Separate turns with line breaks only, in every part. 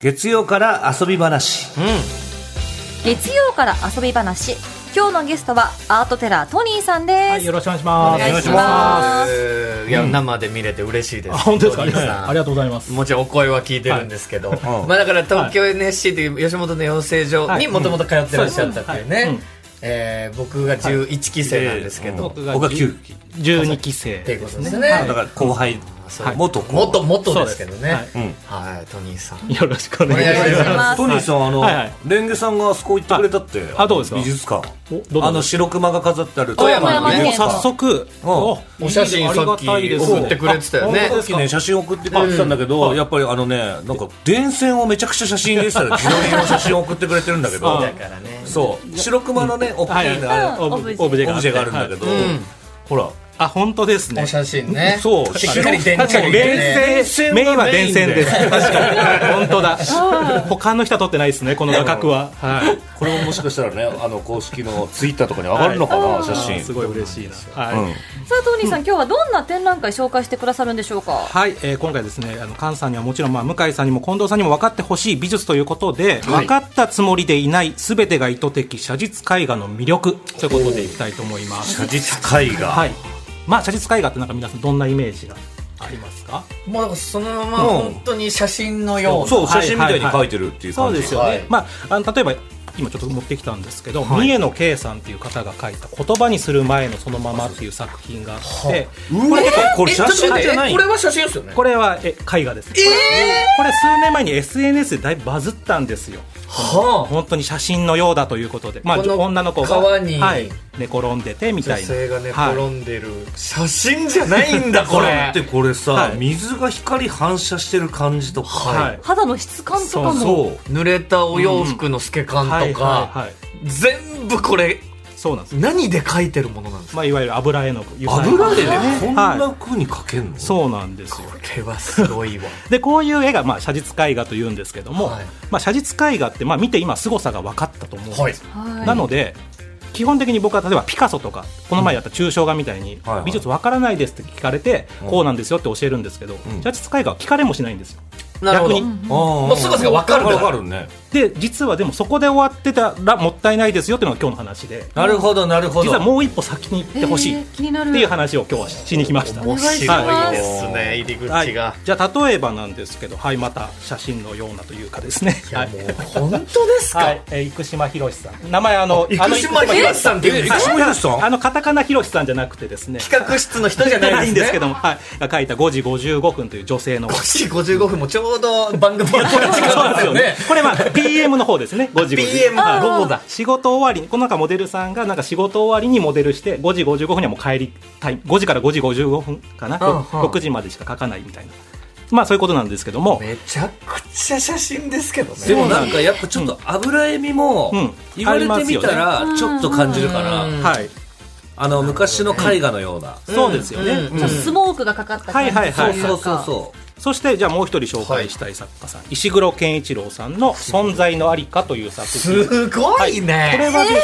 月曜から遊び話
月曜から遊び話今日のゲストはアートテラートニーさん
は
で
い、
す、
よろしくお願いします。
お願いします
いや生で見れて嬉しいです、
あ本当ですか、
お兄さん
ありがとうございます。
もちろんお声は聞いてるんですけど、
はい
まあだから東京 NSC という吉本の養成所にもともと通ってらっしゃったっていうね、
うん
えー僕が11期生なんですけど、
僕が9期
12期
ってい
生。
うことですね、
だから後輩
そう
元後
もっともっとですけどね
そうです
はい、はいトニーさん
よろしくお願いし
お願いし
ま
ます
す。
トニーさんあの
はいはい
レンゲさんがあそこ行ってくれたって
あどうですか
美術館
おどんな
あの白熊が飾ってある
富山
のね
もう早速、
うん
お写真さっき送ってくれてたよね
さっきね写真送ってくれてたんだけど、やっぱりあのねなんか電線をめちゃくちゃ写真入れてた ら自撮りの写真を送ってくれてるんだけど
そう
だからね
そう白熊のね大きいのあれ
うん
オブオブジェ
オブジェが
が
あ
あ
るん
るん
だけ
だけど。
ど、ほら
あ、本当ですね
お。写真ね
そう
しっかり電
確かに
池ね
電
電線が
線メインは電線です。確かに本当だ。他の人は撮ってないですね。この画角は。はい。
これももしかしたらねあの公式のツイッターとかに上がるのかな、写真
すごい嬉しいな。はい。
うん
さあトニーさん、今日はどんな展覧会紹介してくださるんでしょうか
はい、えー今回ですね、あの菅さんにはもちろん、まあ、向井さんにも近藤さんにも分かってほしい美術ということで、分かったつもりでいないすべてが意図的写実絵画の魅力ということでいきたいと思います。
写実絵画、
はい。まあ、写実絵画ってなんか皆さんどんなイメージがありますか
もうだからそのまま本当に写真のような
そう
は
写
い
真みたいに描いてるっていう
そう
感じ、
ですよね、
はい
まあ、あの例えば今ちょっと持ってきたんですけど、三重野圭さんっていう方が書いた「言葉にする前のそのまま」っていう作品があって
うわこれ
えちょ
写
っと
真
待って
じゃな
え
い
これは写真ですよね
これはえ絵画です、これ数年前に SNS でだいぶバズったんですよ
は
本当に写真のようだということで、まあ、
この
女の子が
川に
はい、寝転んでてみたいなはい
んでる、写真じゃないんだ これ
ってこれさ、
はい
水が光反射してる感じとか、
はい
肌の質感とかも
そう
濡れたお洋服の透け感
はい
とか、
はいはい
全部これ
そうなんです、
何で描いてるものなんですか
まあ、いわゆる油絵の具
油でね
はい
こんな風に描けんの、
そうなんですよ
これはすごいわ
でこういう絵が、まあ、写実絵画というんですけども、
はい
まあ、写実絵画って、まあ、見て今凄さが分かったと思うんですよ、
はい
はい
なので基本的に僕は例えばピカソとかこの前やった抽象画みたいに
はいはい
美術わからないですって聞かれて
うん
こうなんですよって教えるんですけど
ん
写実絵画は聞かれもしないんですよ
なるほど
逆に
も
もうすぐすぐ分かるんだ
分かるね
で実はでもそこで終わってたらもったいないですよっていうのが今日の話で
なるほどなるほ
実はもう一歩先に行ってほしい
え
っ
ー気になる
ていう話を今日はしに来ました
お願いし
白
ま
い
す
ですね入り口が、
はい
い、や
じゃあ例えばなんですけどはいまた写真のようなというかですねはい
もう本当ですか、
はい、えー生島博さん名前あの
生島博さんっていう
え生島博さん
あのカタカナ博さんじゃなくてですね
企画室の人じゃ
じゃ
な
ないい
ん
ん
で
ですす
け
け
ど
ども、はい、が書いた5時55分という女性の。そ
5時55分もちょうど番組やってる時間
う
なんで
で
すすよ
よね
ね。
これまあ PM の方ですね。5時
PM
55分。
午後だ
仕事終わりに、この中モデルさんがなんか仕事終わりにモデルして、5時55分にはもう帰りたい。5時から5時55分かな。
うんうん
6時までしか書かないみたいな。まあそういうことなんですけども。
めちゃくちゃ写真ですけどね
でもなんかやっぱちょっと油絵みも
うん
言われてみたらちょっと感じるかな、
うん
はい。
あの昔の絵画のような、
そうですよね。
うんうん
ちょっとスモークがかかった感じと
はいいう
か、
は
そ
いう
そうそうそ
そしてじゃあもう一人紹介したい作家さん、石黒健一郎さんの存在のありかという作品。
すごい
これ
ね、
はですね、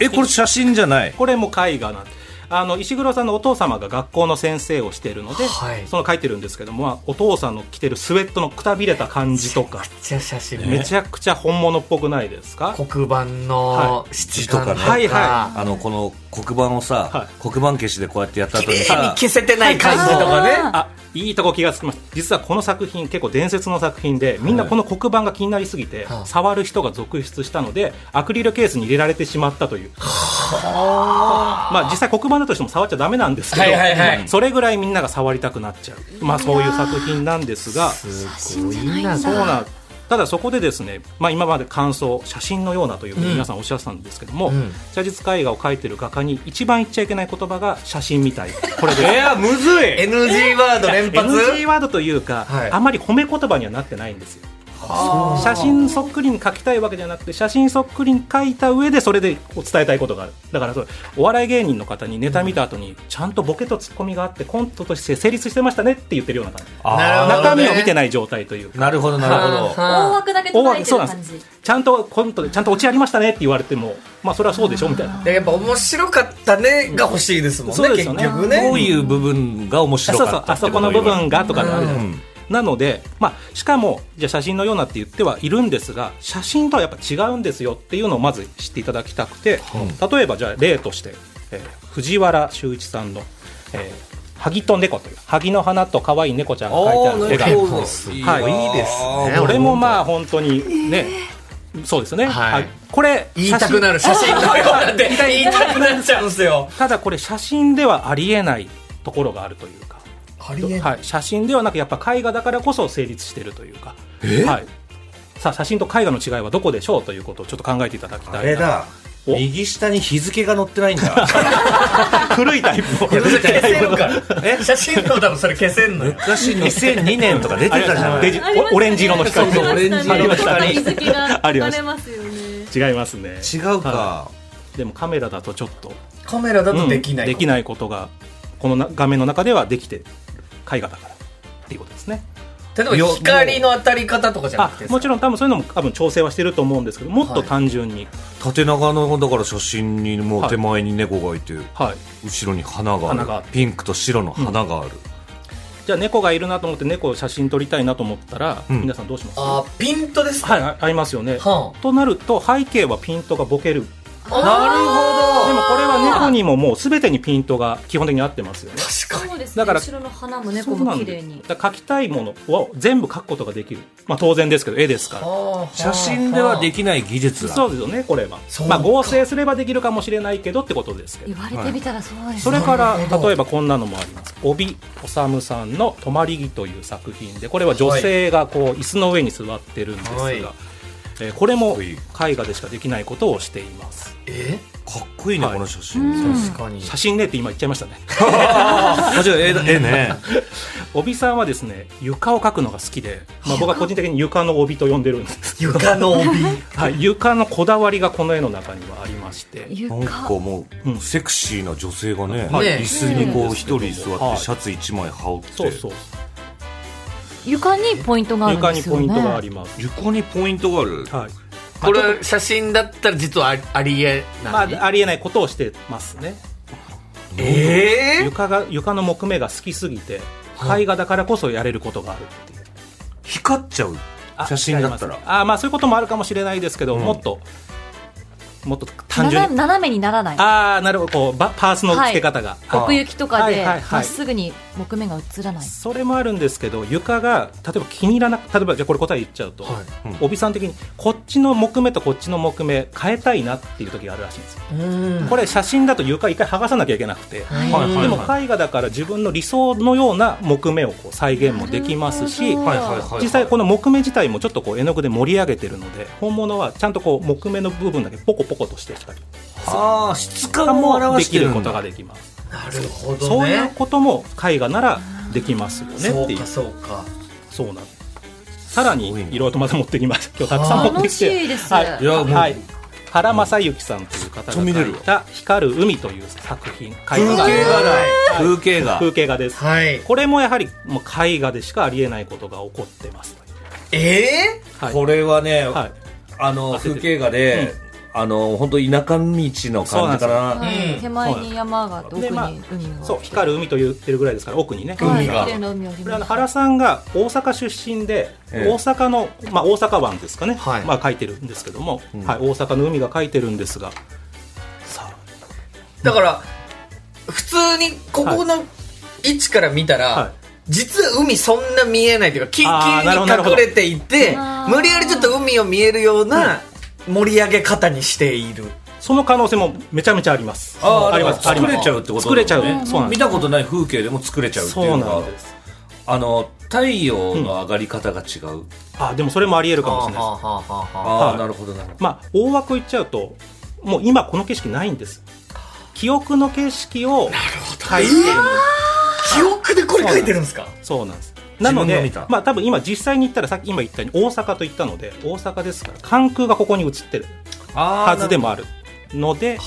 うえこれ写真じゃない
これも絵画なんであの石黒さんのお父様が学校の先生をしているので、
はい
その書いてるんですけども、まあお父さんの着てるスウェットのくたびれた感じとか
めちゃ写真
めちゃくちゃ本物っぽくないですか
黒板の質感とか、
はいは
あのこの黒板をさ、
は
黒板消しでこうやってやった後に
綺麗に
さ
消せてない感じとかね
あ
あいいとこ気がつきました実はこの作品結構伝説の作品でみんなこの黒板が気になりすぎて、
はい
触る人が続出したのでアクリルケースに入れられてしまったというまあ実際黒板だとしても触っちゃダメなんですけど、
はいはいはい
それぐらいみんなが触りたくなっちゃう、まあ、そういう作品なんですが
すごいな
そうなんただそこでですね、まあ、今まで感想写真のようなというふうに皆さんおっしゃってたんですけども、
うん
写実絵画を描いてる画家に一番言っちゃいけない言葉が写真みたいこれで
やむずい
NG ワード連発
NG ワードというか、
はい
あまり褒め言葉にはなってないんですよ写真そっくりに描きたいわけじゃなくて写真そっくりに描いた上でそれでお伝えたいことがあるだからそうお笑い芸人の方にネタ見た後にちゃんとボケとツッコミがあってコントとして成立してましたねって言ってるような感じ
なるほど
中
ね
身を見てない状態というか
なるほどなるほど
大
は
枠だけ捉えてる感じ
ちゃんとコントでちゃんと落ちありましたねって言われてもまあそれはそうでしょみたいな
あでやっぱ面白かったねが欲しいですもん
そう
ね
で
結
すよね
局
どう
ね
いう部分が面白
そう
か
そ
っ
う
た
あ
って
そ
と
この部分がとかってあるじゃないですか、なので、まあ、しかもじゃあ写真のようなって言ってはいるんですが写真とはやっぱ違うんですよっていうのをまず知っていただきたくて、例えばじゃあ例として、えー藤原修一さんの、えーハギと猫」という萩の花と可愛い猫ちゃんが描いてある絵が
るほど
はい
いいですね
これもまあ本当にね、そうですね、
はい
はいこれ
言いたくなる写真のようなんで言いたくなっちゃうんですよ
写真ただこれ写真ではありえないところがあるというか、
ありえない
はい、写真ではなくやっぱ絵画だからこそ成立しているというか、はい、さあ写真と絵画の違いはどこでしょうということをちょっと考えていただきたいな
あれ だ
お
右下に日付が載ってないんだ
古いタイプを
それ消せるからえ写真の多分それ消せんのよ
昔2002年とか出て
ありま
た
し
じゃ
た
ない
デ
で
ジ
ありましたね
おオレンジ色の光
そうそうオレンジ色の光
日付が
ありま
流
す
れますよね。
違いますね
違うか
でもカメラだとちょっと
カメラだとできない、
うんできないことがこのな画面の中ではできてる絵画だからっていうことですね
例えば光の当たり方とかじゃな
あ
くて
もち
ろん
ろん多分そういうのも多分調整はしてると思うんですけどもっと単純に、
縦長のだから写真にも
は
う
い
手前に猫がいて
はい
後ろに花があ
花があ
る
る
ピンクと白の花がある
じゃあ猫がいるなと思って猫を写真撮りたいなと思ったら、
うん
皆さんどうします
あピントですか、
はいあ合いますよね、
は
となると背景はピントがボケるでも
あな
こ
るほど
れは猫にももう全てにピントが基本的に合ってますよね
確かに
そうですね。
だから
後ろの花も
そ
猫
うな
も
ん
綺
で
麗に。
だから描きたいものを全部描くことができる、まあ、当然ですけど絵ですから
写真ではで
き
きない技術だ
そうですよねこれは
そう、か
まあ、合成すればできるかもしれないけどってことですけど
言われてみたらそうですね。
それから
なるほど
例えばこんなのもあります帯修さんの「止まり木」という作品でこれは女性がこう椅子の上に座ってるんですが、
はい
えーこれも
かっこいい
絵画でしかできないことをしています
え
かっこいいね
はい
この写
うん
真
確かに
写真ねって今言っちゃいましたね
あじゃあ絵だ絵ね
帯さんはですね床を描くのが好きで、まあ、僕は個人的に床の帯と呼んでる んです、
床の帯
はい、床のこだわりがこの絵の中にはありまして
な
床
んかも
う
うんセクシーな女性がね
はい
椅子にこう一人座っ
は
て
い
シャツ一枚羽織って
そうそう
床にポイントがあるん
床
で
に
す
ポ
よ
イ
ね。
ントがあります、
床にポイントがある
はい
これ写真だったら実はありありえない、
まあ、ありえないことをしてますね
ええ
床が床の木目が好きすぎて絵画だからこそやれることがあるっていう
光っちゃう
あ
写真だった
違い
ら
ますあまあそういうこともあるかもしれないですけど、
うん
もっともっと単純
斜め斜めに
に
ならない。
ああなるほどこうばパースの付け方が、あ
奥行きとか
は
で
いはいはい
まっすぐに木目が映らない。
それもあるんですけど床が例えば気に入らなく例えばじゃあこれ答え言っちゃうと、
は
うん
帯さん的にこっちの木目とこっちの木目変えたいなっていう時があるらしいんですよ
うん
これ写真だと床一回剥がさなきゃいけなくて、
はい
はいはい
でも絵画だから自分の理想のような木目をこう再現もできますし、
なるほど
はいはいはいはい
実際この木目自体もちょっとこう絵の具で盛り上げてるので本物はちゃんとこう木目の部分だけポコポコとしてきたり
ああ質
と
感
か
も
も
表
で
して
き
る
る
んだ
ことができます
なるほ
そ
ど
ういう
ね
ことも絵画ならできますよね
そ
っていう
うかそうか
そうなんですさらに
す
い
ごいね
ろいろとまた持ってきます今日たくさん持って
楽
き
していです。
はい
いやもう
はい原正幸さんという方が
めっちゃ見れ
描
る
い
わ
た「光る海」という作品絵画
風景画だ風景画
風景画です
はい
これもやはりもう絵画でしかありえないことが起こってます
ええ
はい
これはね
はい
あの風景画であの本当田舎道の感じかな
はい
うん
手前に山があって奥
で
に海
ま
が
あ
あって
そう光る海と言ってるぐらいですから奥にね
はい
海が
綺麗な海を見
これ
ま
あの
した
原さんが大阪出身で、
ええ
大阪の、まあ、大阪湾ですかね、
はい
まあ、書いてるんですけども、
うん
はい、大阪の海が書いてるんですがさ
だから普通にここの位置から見たら、
あ、はい
実は海そんな見えないというか木
あーなるほ
木
ど
に隠れていて
なるほど
無理やりちょっと海を見えるような盛り上げ方にしている
その可能性もめちゃめちゃあります
あー
ります
だから
あります
作れちゃうってこと
作れちゃう、
ね
そうなん
見
です
たことない風景でも作れちゃうってい
そうう
の
な
が
んです
あの太陽の上がり方が違う、
あでもそれもありえるかもしれないです
はあはあはあはあ
ああ、
はい
なるほどなるほ
まあ大枠言っちゃうともう今この景色ないんです記憶の景色を書いてる
記憶でこれ書いてるんですか
そうなんですなの
自分が見
で
た
まあ多分今実際に行ったらさっき今言ったように大阪と言ったので大阪ですから関空がここに映ってる
どあ
はずでもあるので
は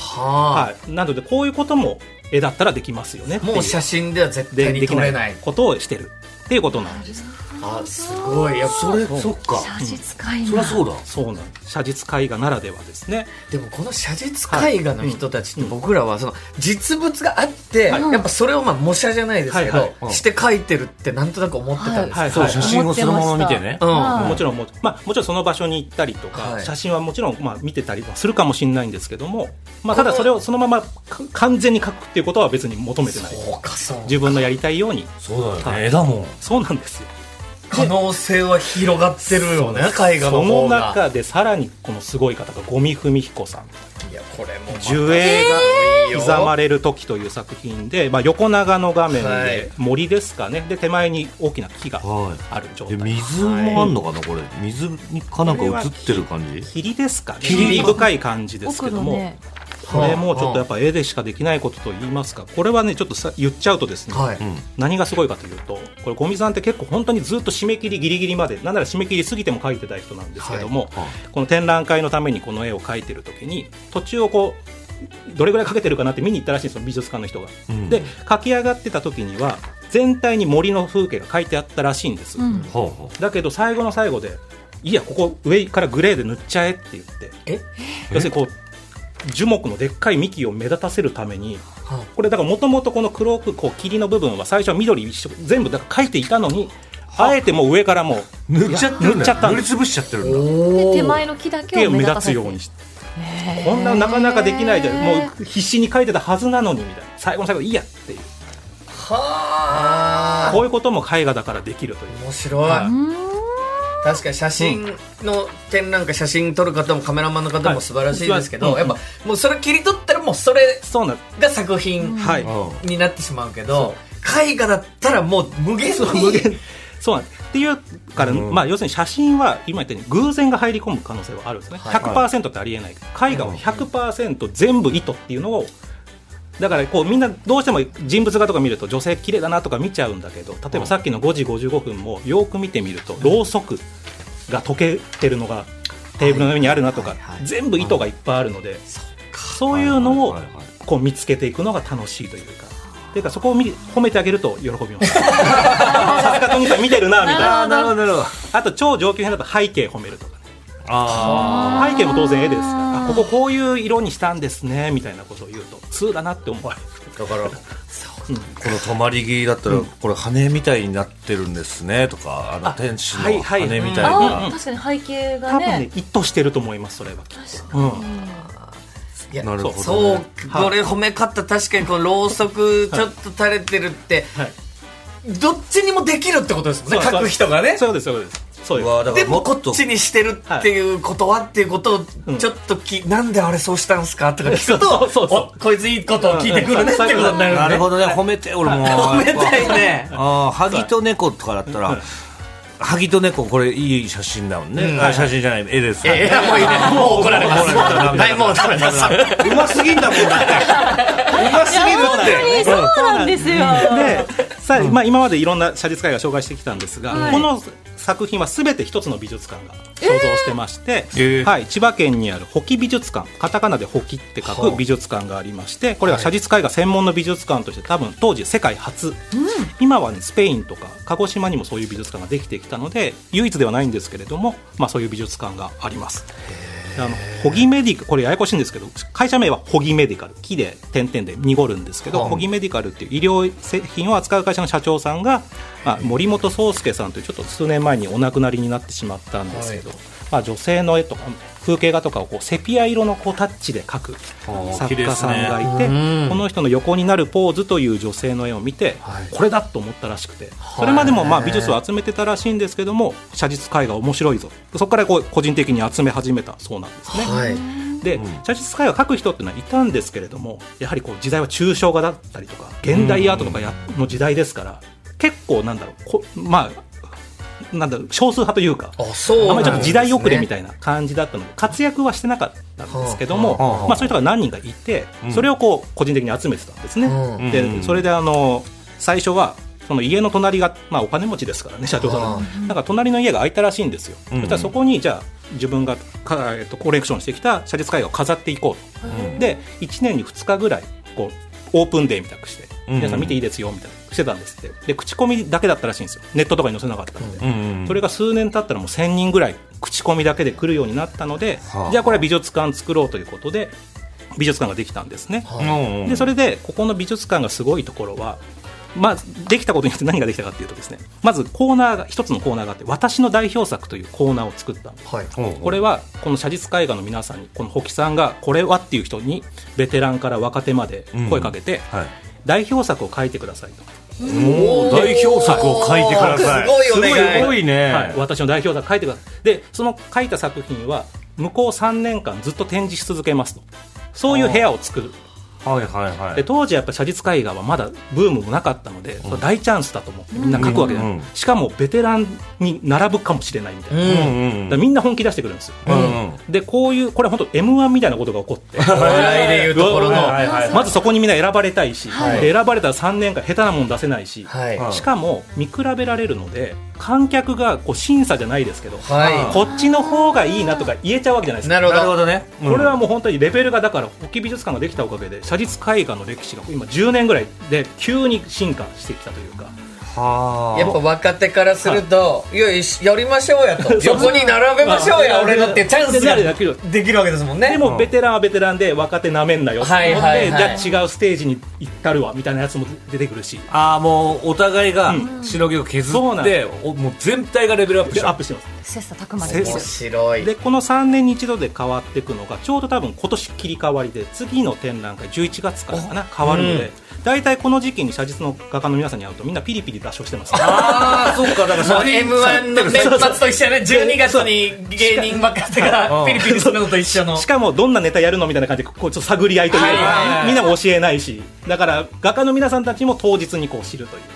あ、
はい、なのでこういうことも絵だったらできますよねってい
もう写真では絶対に
ででき
撮れ
な
ない
いことをしてるっていうことなんです
ああすごいやっぱ
それそっか
写実界
そりゃ
が
そうだ
そうなんです写実絵画ならではですね
でもこの写実絵画の人たちって僕らはその実物があって、
はい
やっぱそれをまあ模写じゃないですけど、
はいはい
うん
して描いてるってなんとなく思ってたんです、
はい
そう写真をそのまま見てね
うん
はい
もちろんも,、まあ、もちろんその場所に行ったりとか、
はい
写真はもちろん、まあ、見てたりはするかもしれないんですけども、まあ、ただそれをそのままか完全に描くっていうことは別に求めてない
そうかそう
自分のやりたいように
そうだよ
は
ね絵だもん
そうなんですよ
可能性は広がってるよね絵画の
その
方が
中でさらにこのすごい方が五味文彦さん
いやこれもまた
樹影
いいよ
が刻まれる時という作品で、まあ、横長の画面
はい
で森ですかねで手前に大きな木が
はい
ある状
で
態
水もあんのかな、これ水にかなんか映ってる感じ
霧ですかね
霧
霧深い感じですけ
奥
ど
の
も、
ね
これもちょっとやっぱ絵でしかできないことといいますかこれはねちょっとさ言っちゃうとですね、
はい、
うん
何がすごいかというとこれ五味さんって結構本当にずっと締め切りギリギリまでなんなら締め切り過ぎても描いてた人なんですけども、
はい
この展覧会のためにこの絵を描いてる時に途中をこうどれぐらい描けてるかなって見に行ったらしいんですよ美術館の人が。
うん
で描き上がってた時には全体に森の風景が描いてあったらしいんです。
うん
はあは
だけど最後の最後でいやここ上からグレーで塗っちゃえって言って
え
要するにこう樹木のでっかい幹を目立たせるために
は
これだからもともとこの黒くこう霧の部分は最初は緑一色全部だから描いていたのにあえてもう上からもう
あ塗っちゃってるん
塗っ
だ
ちゃった
塗
んだ
りつぶしちゃってるんだ
お
で
お
手前の木だけ
手
を
を
目
目
立
立
た
つ
せて
ようにして
へー
こんななかなかできないじゃんもう必死に描いてたはずなのにみたいな最後の最後いいやっていう
は
こういうことも絵画だからできるという
面白い、
は
うん
確かに写真の展覧会写真撮る方もカメラマンの方も素晴らしいですけど、
は
や
い
っぱもうそれ切り取ったらもうそれ
そうなんで
が作品
すはい、
うん
になってしまうけど、絵画だったらもう無限に無限
そうなんですっていうから、
うん
まあ、要するに写真は今言ったように偶然が入り込む可能性はあるんですね、
はい
100%ってありえない、絵画は100%全部意図っていうのをだからこうみんなどうしても人物画とか見ると女性綺麗だなとか見ちゃうんだけど例えばさっきの5時55分もよく見てみるとろうそくが溶けてるのがテーブルの上にあるなとか、
はいはいはい
全部意図がいっぱいあるので、そういうのを
はいはいはい
こう見つけていくのが楽しいというか。ていうかそこを見褒めてあげると喜びます。 さすがトニーさん見てるなみたいな。
ああなるほどなるほど
あと超上級編だと背景褒めるとかね
あ
背景も当然絵ですからあこここういう色にしたんですねみたいなことを言うと通だなって思われる
あだ からこの止まり木だったらこれ羽みたいになってるんですねとかあの
あ
天使
はい
の
はい
羽みたい
うん
あ
な
ー確かに背景
多
が
分ね
ね
意図してると思いますそれはきっ
確
と、うん、
いや
なるほどね
そう
はい
これ褒め方確かにこのろうそくちょっと垂れてるって、
はい
どっちにもできるってことですもんね
そう
書く人がね
そうですそうですそう
う
です
わだか
で
ら
も
も
こ
っ
っ
と
ちにしてるっていうことはっていうことをちょっとき、なんであれそうしたんすかとか聞くと
そうそうそう
おこいついいことを聞いてくるねってことになるね
なるほどね褒めて俺も
褒めたいね
ああ萩と猫とかだったら萩と猫これいい写真だもんね、あ写真じゃない絵です
いやもういいねもう怒られますはいもうダメです
うますぎんだもんだ ってうますぎる
えーそうなんですよ
でさあ、まあ、今までいろんな写実絵画紹介してきたんですが、
はい
この作品は全て一つの美術館が所蔵してまして、
えー
はい、千葉県にある「保木美術館」カタカナで「保木」って書く美術館がありましてこれは写実絵画専門の美術館として多分当時世界初、今はねスペインとか鹿児島にもそういう美術館ができてきたので唯一ではないんですけれども、まあ、そういう美術館があります。あのホギメディカこれややこしいんですけど会社名はホギメディカル木で点々で濁るんですけど、
はい
ホギメディカルっていう医療製品を扱う会社の社長さんが、まあ、森本壮介さんというちょっと数年前にお亡くなりになってしまったんですけど、まあ、女性の絵とか風景画とかをこうセピア色のこうタッチで描く
ー
作家さんが
綺
いて、
麗ですね
この人の横になるポーズという女性の絵を見て、
はい
これだと思ったらしくてそれまでもまあ美術を集めてたらしいんですけども写実絵画面白いぞそこからこう個人的に集め始めたそうなんですね。
はい
で、
うん
写実絵画を描く人っていうのはいたんですけれどもやはりこう時代は抽象画だったりとか現代アートとかやの時代ですから結構なんだろうこまあなんだろう少数派というか
あそう
あん
な
ま
ん
りちょっと時代遅れみ
い
たいな感じだったので活躍はしてなかったんですけども、
はあはあはあ
まあ、そういう人が何人かいて
うん
それをこう個人的に集めてたんですね。
うん
うん
でそれであの最初はその家の隣が、まあ、お金持ちですからね社長さんなんでなんか隣の家が空いたらしいんですよ、
うん
そしたらそこにじゃあ自分がか、えっと、コレクションしてきた写実絵画を飾っていこうと、
うん
で1年に2日ぐらいこうオープンデーみたくして皆さん見ていいですよみたいなしてたんですってで口コミだけだったらしいんですよネットとかに載せなかったんで、
うん
それが数年経ったらもう1000人ぐらい口コミだけで来るようになったので、
はあ
じゃあこれは美術館作ろうということで美術館ができたんですね、
うんうん
でそれでここの美術館がすごいところは、まあ、できたことによって何ができたかっていうとですねまずコーナーが一つのコーナーがあって「私の代表作」というコーナーを作ったんです
はい。
ほうほう
これはこの写実絵画の皆さんにこの保木さんがこれはっていう人にベテランから若手まで声かけて、
はい
代表作を書いてくださいと、
もう代表作を書いてください
すごいお願い
すごいね、
はい、私の代表作書いてくださいでその書いた作品は向こう3年間ずっと展示し続けますとそういう部屋を作る
はいはいは
で
い
当時やっぱ写実絵画はまだブームもなかったので、その大チャンスだと思ってみんな書くわけじゃない、
うん
しかもベテランに並ぶかもしれないみたいな、
う。
だ
うんん
からみんな本気出してくるんですよ、
うん
でこういうこれ本当 m 1みたいなことが起こ って
お笑いで言うところの。は。
はいいはい
まずそこにみんな選ばれたいし、
はい
で選ばれたら3年間下手なもん出せないし、
はい
しかも見比べられるので観客がこう審査じゃないですけど、
は
こっちの方がいいなとか言えちゃうわけじゃないで
い。
すか
なるほ
なる
ど
ほ。どね、うん
これはもう本当にレベルがだから隠岐美術館ができたおかげで写実絵画の歴史が今10年ぐらいで急に進化してきたというか
はあ
やっぱ若手からすると、いや、いしやりましょうやと。横に並べましょうや、俺のってチャンスが
でで
できるわけですもんね。
でもベテランはベテランで若手なめんなよって思っ
はいはい
て
はい
じゃあ違うステージに行ったるわみたいなやつも出てくるし
ああもうお互いがしのぎを削
そうな
っ
んで
て、おもう全体がレベルアップし
でアッ
た
プしてます
切磋琢磨
せ
で
っ
面白い。
でこの3年に一度で変わっていくのがちょうど多分今年切り替わりで次の展覧会11月からかな変わるので、大体この時期に写実の画家の皆さんに会うとみんなピリピリ脱走してます
ああそうかだから
まあ
それ
M1 の年末と一緒やね、12月に芸人ばっかりが
うん
ピリピリするのと一緒の
し。かもどんなネタやるのみたいな感じでこうちょっと探り合いというか、
はいはいはい
みんなも教えないしだから画家の皆さんたちも当日にこう知るというか、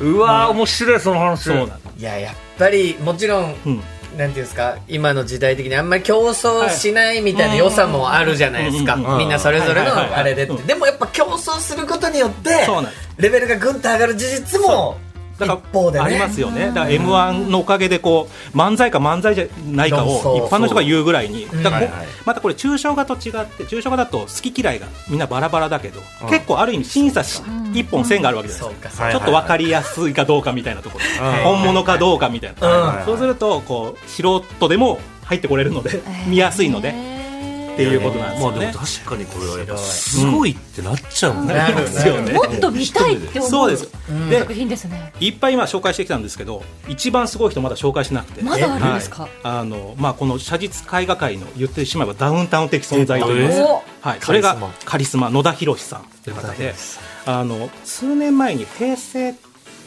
うわー面白いその話
そうなん
いや、やっぱり、もちろん、
うん
なんていうんですか今の時代的にあんまり競争しないみたいな良さもあるじゃないですか、
うん
うん
みんなそれぞれの
はいはいはい
あれでって、
うん
でもやっぱ競争することによって
そうなんで
レベルがぐんと上がる事実も
だから
一方でね
ありますよねだから m 1のおかげでこう漫才か漫才じゃないか
そう
を一般の人が言うぐらいに
ん
だからこう
はいはい
またこれ抽象画と違って抽象画だと好き嫌いがみんなバラバラだけど、結構ある意味審査し一本線があるわけじゃない
そう
ですか。
かそうか、
はい
ちょっと分かりやすいかどうかみたいなところ、
はい
本物かどうかみたいな、
うん
そうするとこう素人でも入ってこれるので、見やすいので、っていうことなんですよ
まあ
ね
でも。確かにこれはやっぱすごいってなっちゃうもんね、
なる
ですよね
もっと見たいって思う
そうです。で
作、品ですね
いっぱい今紹介してきたんですけど、一番すごい人まだ紹介しなくて。
まだあるんですか、
あのまあ、この写実絵画界の言ってしまえばダウンタウン的存在といいます
え
か、
お
はい、それがカリスマ野田博さんという方であの数年前に平成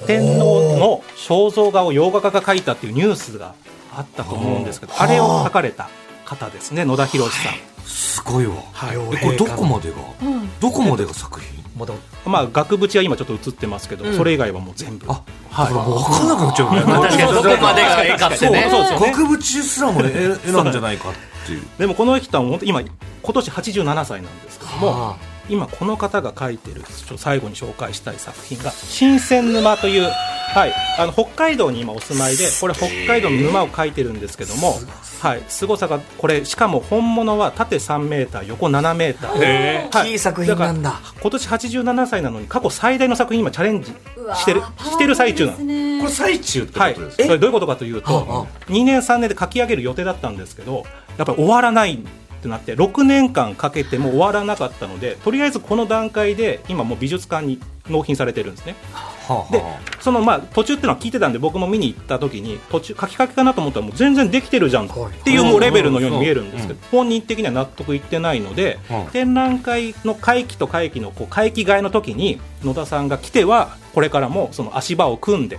天皇の肖像画を洋画家が描いたっていうニュースがあったと思うんですけどあれを描かれた方ですね野田博さん、
すごいわ、
はい
えこれどこまでが、
うん
どこまでが作品
もうでも
まあ、額縁は今ちょっと映ってますけど、
うん
それ以外はもう全部
あ
はい
だからもう分からなくなっちゃうね、
まあ確か
そ
に
う
どこまでがええかってね
そうそうそうそう
額縁すらもね絵絵なんじゃないかっていう
でもこの人は本当今今年87歳なんですけども、
はあ
今この方が書いてるちょっと最後に紹介したい作品が「新鮮沼」という、はい、あの北海道に今お住まいでこれ北海道の沼を書いてるんですけども、はい、すごさがこれしかも本物は縦3メーター横7メーター
大きい作品なんだ
から今年87歳なのに過去最大の作品今チャレンジしてるしてる最中なの
これ最中ってことですか、
はい、それどういうことかというと、2年3年で書き上げる予定だったんですけどやっぱり終わらないってなって6年間かけても終わらなかったのでとりあえずこの段階で今もう美術館に納品されてるんですね
はあ
で
は
そのまあ途中っていうのは聞いてたんで僕も見に行った時に途中書きかけかなと思ったらもう全然できてるじゃんっていうもうレベルのように見えるんですけど本人的には納得いってないので
うん
展覧会の会期と会期のこう会期替えの時に野田さんが来てはこれからもその足場を組んで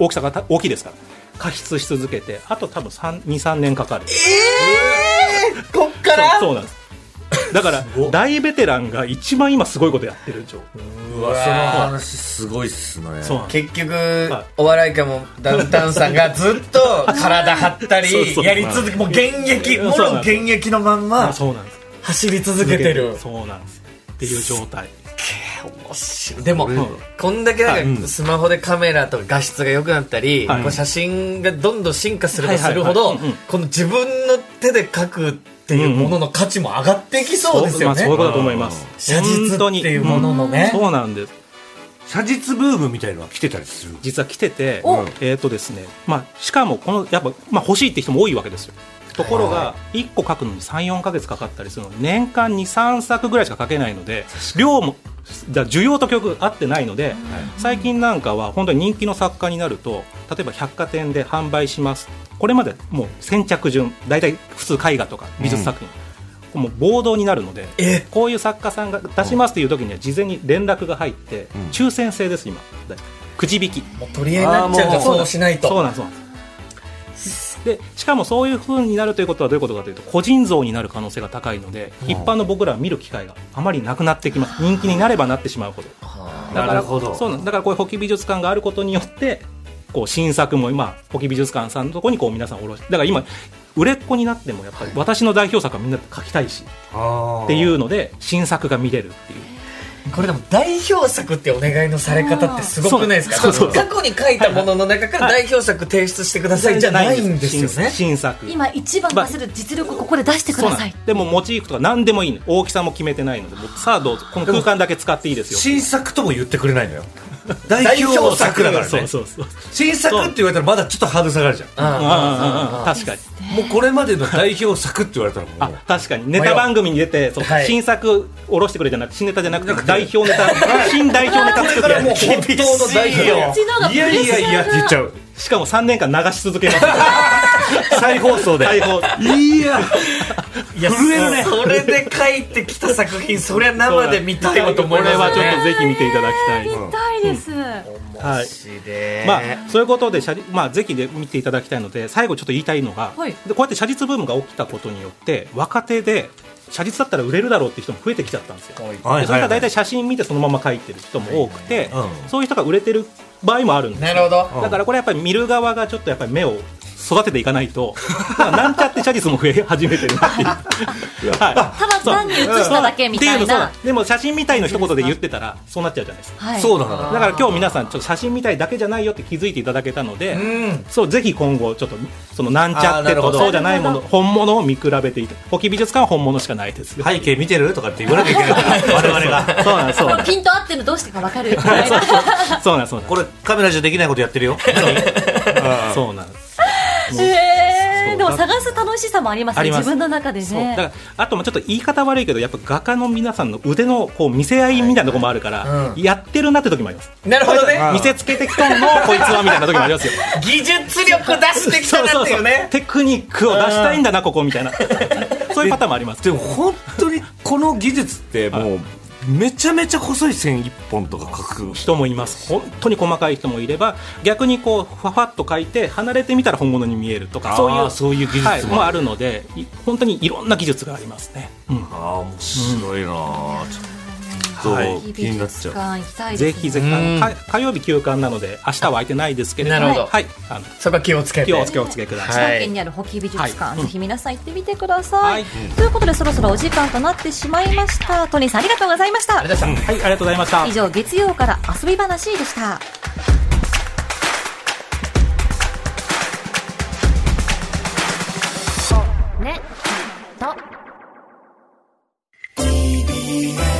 大きさがた大きいですから加筆し続けてあと多分23年かかる
こっから
そうそうなんですだから大ベテランが一番今すごいことやってる状況
うわその話すごいっすね
そうなんです
結局、
はい
お笑い界もダウンタウンさんがずっと体張ったり
そうそう
やり続けもう現役
うん
も
そう
ろ
なん
現役のまんま
そうなんです
走り続けてる
そうなんですっていう状態
でも、
うん
こんだけなんか
うん
スマホでカメラとか画質が良くなったり、
はい
こう写真がどんどん進化すればするほ
は
ど
いはいはいうんうん
この自分の手で描くっていうものの価値も上がっていきそうですよね、
まあ、そういうことだと思います。
写実っていうもののね
本当にうんそうなんです。
写実ブームみたいのは来てたりする
実は来てて
お、
えーとですねまあ、しかもこのやっぱ、まあ、欲しいって人も多いわけですよところが1個書くのに34か月かかったりするので年間23作ぐらいしか書けないので量もだ需要と供給合ってないので、最近なんかは本当に人気の作家になると例えば百貨店で販売しますこれまでもう先着順大体普通絵画とか美術作品、もう暴動になるので
え
こういう作家さんが出しますという時には事前に連絡が入って、
うん
抽選制です今くじ引き
もう取り合いになっちゃうから
あーもう
そうしないと
そうなんですそうなんですでしかもそういうふうになるということはどういうことかというと個人像になる可能性が高いので
うん
一般の僕らは見る機会があまりなくなってきます人気になればなってしまうほど
は
だか
な
ら
るほど
そうなんだからこういう保木美術館があることによってこう新作も今保木美術館さんのところにこう皆さんおろしだから今売れっ子になってもやっぱり私の代表作はみんな書きたいし
っ
っていうので新作が見れるっていう
あこれでも代表作ってお願いのされ方ってすごくないですか
そうそうそう
過去に書いたものの中から代表作提出してくださいじゃないんですよね
新新作
今一番出せる実力をここで出してく
そう
だ
な
さ
んで
い
すでもモチーフとか何でもいいの大きさも決めてないのでもうさあどうぞこの空間だけ使っていいですよ
新作とも言ってくれないのよ代表作だから
そ
ね
うそうそう
新作って言われたらまだちょっとハードル下がるじゃん
あ
ああああ
あ
確かに
もうこれまでの代表作って言われたら
あ
もう
確かにネタ番組に出てそう
はい
新作下ろしてくれじゃなくて新ネタじゃなくて代表ネタ新代表ネタ
だ
作
からもう
って
本当の代
厳
表
しいよ
いやいやいやって言っちゃう
しかも3年間流し続けます
再放送で
大砲
いや
いや
震えるね
それで書いてきた作品そりゃ生で見たいわと思いますね
これはちょっとぜひ見ていただきたい
見たいです、
はいまあ、そういうことで写実、まあ、ぜひで見ていただきたいので最後ちょっと言いたいのが、
はい
でこうやって写実ブームが起きたことによって若手で写実だったら売れるだろうって人も増えてきちゃったんですよ。
あ
はい
でそれが大
はい
体写真見てそのまま描いてる人も多くて、
うん
そういう人が売れてる場合もあるんですよ
なるほど
うん
だからこれやっぱり見る側がちょっとやっぱり目を育てていかないと まあなんちゃって写実も増え始めてる なっていうはい
ただ単に写しただけみた
って
いう
のそうな、
なん
でも写真みたいの一言で言ってたらそうなっちゃうじゃないですか
はい、
そうなの
だから今日皆さんちょっと写真みたいだけじゃないよって気づいていただけたので、そうぜひ今後ちょっとそのなんち
あ
ゃ
ー
っ
な
て
るほ
と
ど
そうじゃないも
な
の本物を見比べていた保木美術館は本物しかないです
背景見てるとかって言わなきゃいけないから我々が
そうなんそうな ん
ピント合ってるのどうしてか分かるみたいな
そうなんそうなん
これカメラじゃできないことやってるよ
そうなんです
へ
そう
ーでも探す楽しさもあります
あ
ね
ります
自分の中で
そうだか
ね
らあともちょっと言い方悪いけどやっぱ画家の皆さんの腕のこう見せ合いみたいなとこもあるから、
はいうん
やってるなって時もあります
なるほどね
見せつけてきとんのこいつはみたいな時もありますよ
技術力出してき
そ
た
う
な
そ
っ
う
てい
そうう
ね
テクニックを出したいんだなここみたいなそういうパターンもあります
でも本当にこの技術って もうめちゃめちゃ細い線一本とか書く
人もいます本当に細かい人もいれば逆にこうファファッと書いて離れてみたら本物に見えると
あ
か
ー
そういう
そういう技術も
はいもあるのでい本当にいろんな技術がありますね、うん
ああ面白いなあちょっと気になっちゃう
ゃう行きたい
ぜ
です
ひぜひあ
うん
のか火曜日休館なので明日は空いてないですけれども
なるほど
はい、あの
そこは気をつけて
気をお付けお付けください、
千葉県にある保木美術館、
はい
ぜひ皆さん行ってみてください、
はい
ということでそろそろお時間となってしまいましたトニーさんありがとうございました
ありがとうございまし
はい、ありがとうございました
以上月曜から遊び話でしたねと
TBS